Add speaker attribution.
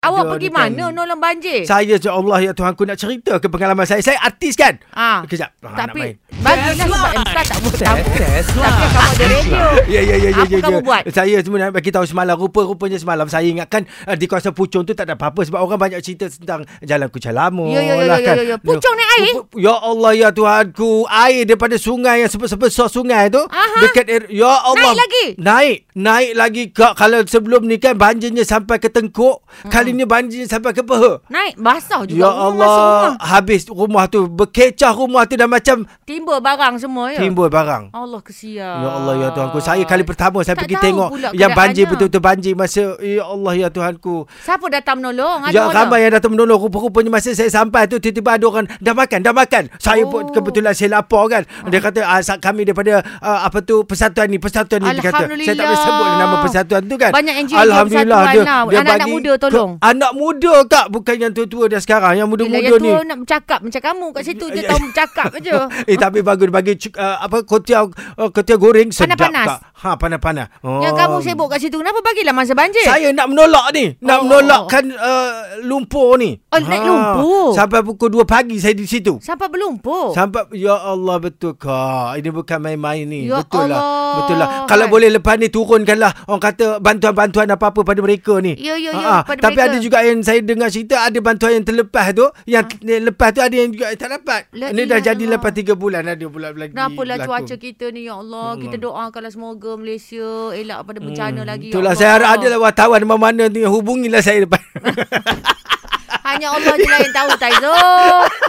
Speaker 1: awak
Speaker 2: ada
Speaker 1: pergi
Speaker 2: ni
Speaker 1: mana
Speaker 2: kan.
Speaker 1: nolong banjir?
Speaker 2: Saya ya Allah ya Tuhan aku nak cerita ke pengalaman saya. Saya artis kan?
Speaker 1: Ah.
Speaker 2: Kejap. Ah, nak main.
Speaker 1: Tapi bagilah sebab Emsah tak buat
Speaker 3: lah. Test,
Speaker 1: tamu.
Speaker 3: test lah.
Speaker 1: Tapi kamu ada radio.
Speaker 2: Ya ya ya ya
Speaker 1: Apa
Speaker 2: ya.
Speaker 1: kamu
Speaker 2: ya.
Speaker 1: buat?
Speaker 2: Saya sebenarnya bagi tahu semalam rupa-rupanya semalam saya ingatkan uh, di kawasan Puchong tu tak ada apa-apa sebab orang banyak cerita tentang jalan Kuching Lamo
Speaker 1: Ya, ya, ya,
Speaker 2: lah
Speaker 1: ya,
Speaker 2: kan.
Speaker 1: ya, ya. Puchong naik air?
Speaker 2: Pu- pu- Ya Allah ya Tuhanku, air daripada sungai yang sebe- sebesar sungai tu
Speaker 1: Aha.
Speaker 2: dekat air, ya Allah.
Speaker 1: lagi?
Speaker 2: Naik, naik lagi Kak. Kalau sebelum ni kan banjirnya sampai ke tengkuk,
Speaker 1: Hmm.
Speaker 2: kali ni banjirnya sampai ke peha.
Speaker 1: Naik basah juga.
Speaker 2: Ya
Speaker 1: Rumah masuk
Speaker 2: Allah,
Speaker 1: rumah.
Speaker 2: habis rumah tu berkecah rumah tu dah macam
Speaker 1: Timbul barang semua ya.
Speaker 2: timbul barang.
Speaker 1: Allah kesian.
Speaker 2: Ya Allah ya Tuhanku. Saya kali pertama saya
Speaker 1: Tak
Speaker 2: pergi
Speaker 1: tahu
Speaker 2: tengok
Speaker 1: pula
Speaker 2: yang
Speaker 1: keadaannya.
Speaker 2: banjir betul-betul banjir masa ya Allah ya Tuhanku.
Speaker 1: Siapa datang menolong? Ada
Speaker 2: Ya
Speaker 1: orang?
Speaker 2: ramai yang datang menolong Rupa-rupanya masa saya sampai tu Tiba-tiba ada orang Dah makan Dah makan Saya
Speaker 1: Oh.
Speaker 2: pun kebetulan Saya lapar kan Dia kata ah, sa- Kami daripada ah, Apa tu Persatuan ni Persatuan ni dia kata Saya tak boleh
Speaker 1: Alhamdulillah.
Speaker 2: sebut nama persatuan tu kan
Speaker 1: Banyak NGO
Speaker 2: Alhamdulillah
Speaker 1: persatuan
Speaker 2: dia,
Speaker 1: lah.
Speaker 2: dia
Speaker 1: Anak-anak
Speaker 2: bagi
Speaker 1: muda tolong.
Speaker 2: ke, Anak muda kak Bukan yang tua-tua dah sekarang Yang
Speaker 1: Yelah,
Speaker 2: muda-muda
Speaker 1: yang
Speaker 2: ni
Speaker 1: tua nak bercakap macam kamu kat situ je
Speaker 2: Ya,
Speaker 1: tahu
Speaker 2: ya.
Speaker 1: bercakap je.
Speaker 2: eh tapi bagus dia bagi cu- uh, apa kotia uh, kotia goreng sedap
Speaker 1: Panas-panas.
Speaker 2: kak. Ha panas-panas. Oh.
Speaker 1: Yang kamu sibuk kat situ kenapa bagilah masa banjir?
Speaker 2: Saya nak menolak ni. Nak
Speaker 1: Oh.
Speaker 2: oh. menolakkan uh, lumpur ni. Ha.
Speaker 1: Oh, naik lumpur.
Speaker 2: Sampai pukul 2 pagi saya di situ.
Speaker 1: Sampai berlumpur.
Speaker 2: Sampai ya Allah betul kak. Ini bukan main-main ni.
Speaker 1: Ya Allah.
Speaker 2: betul
Speaker 1: Kan.
Speaker 2: lah. Betul lah. Kalau
Speaker 1: Hai.
Speaker 2: boleh lepas ni turunkanlah orang kata bantuan-bantuan apa-apa pada mereka ni.
Speaker 1: Ya, ya, ya,
Speaker 2: Ha, ha.
Speaker 1: pada
Speaker 2: Tapi
Speaker 1: mereka.
Speaker 2: ada juga yang saya dengar cerita ada bantuan yang terlepas tu, yang ha. lepas tu ada yang juga yang tak dapat.
Speaker 1: La
Speaker 2: ini dah
Speaker 1: ilaha
Speaker 2: jadi
Speaker 1: illallah.
Speaker 2: lepas 3 bulan ada pula lagi.
Speaker 1: Kenapalah
Speaker 2: berlaku.
Speaker 1: lah
Speaker 2: Hmm.
Speaker 1: cuaca kita ni ya Allah. Kita doakanlah semoga Malaysia elak pada bencana lagi. ya Allah.
Speaker 2: Itulah saya harap lah. adalah wartawan mana-mana tu yang hubungilah saya depan.
Speaker 1: Hanya Allah je lah yang tahu Taizo.